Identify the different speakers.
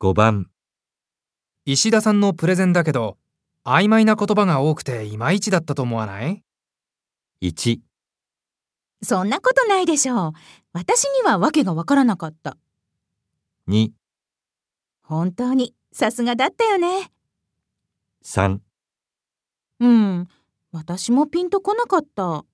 Speaker 1: 5番
Speaker 2: 石田さんのプレゼンだけど曖昧な言葉が多くていまいちだったと思わない
Speaker 1: 1
Speaker 3: そんなことないでしょう。私には訳がわからなかった。
Speaker 1: 2
Speaker 3: 本当に、さすがだったよね。
Speaker 1: 3
Speaker 3: うん、私もピンとこなかった。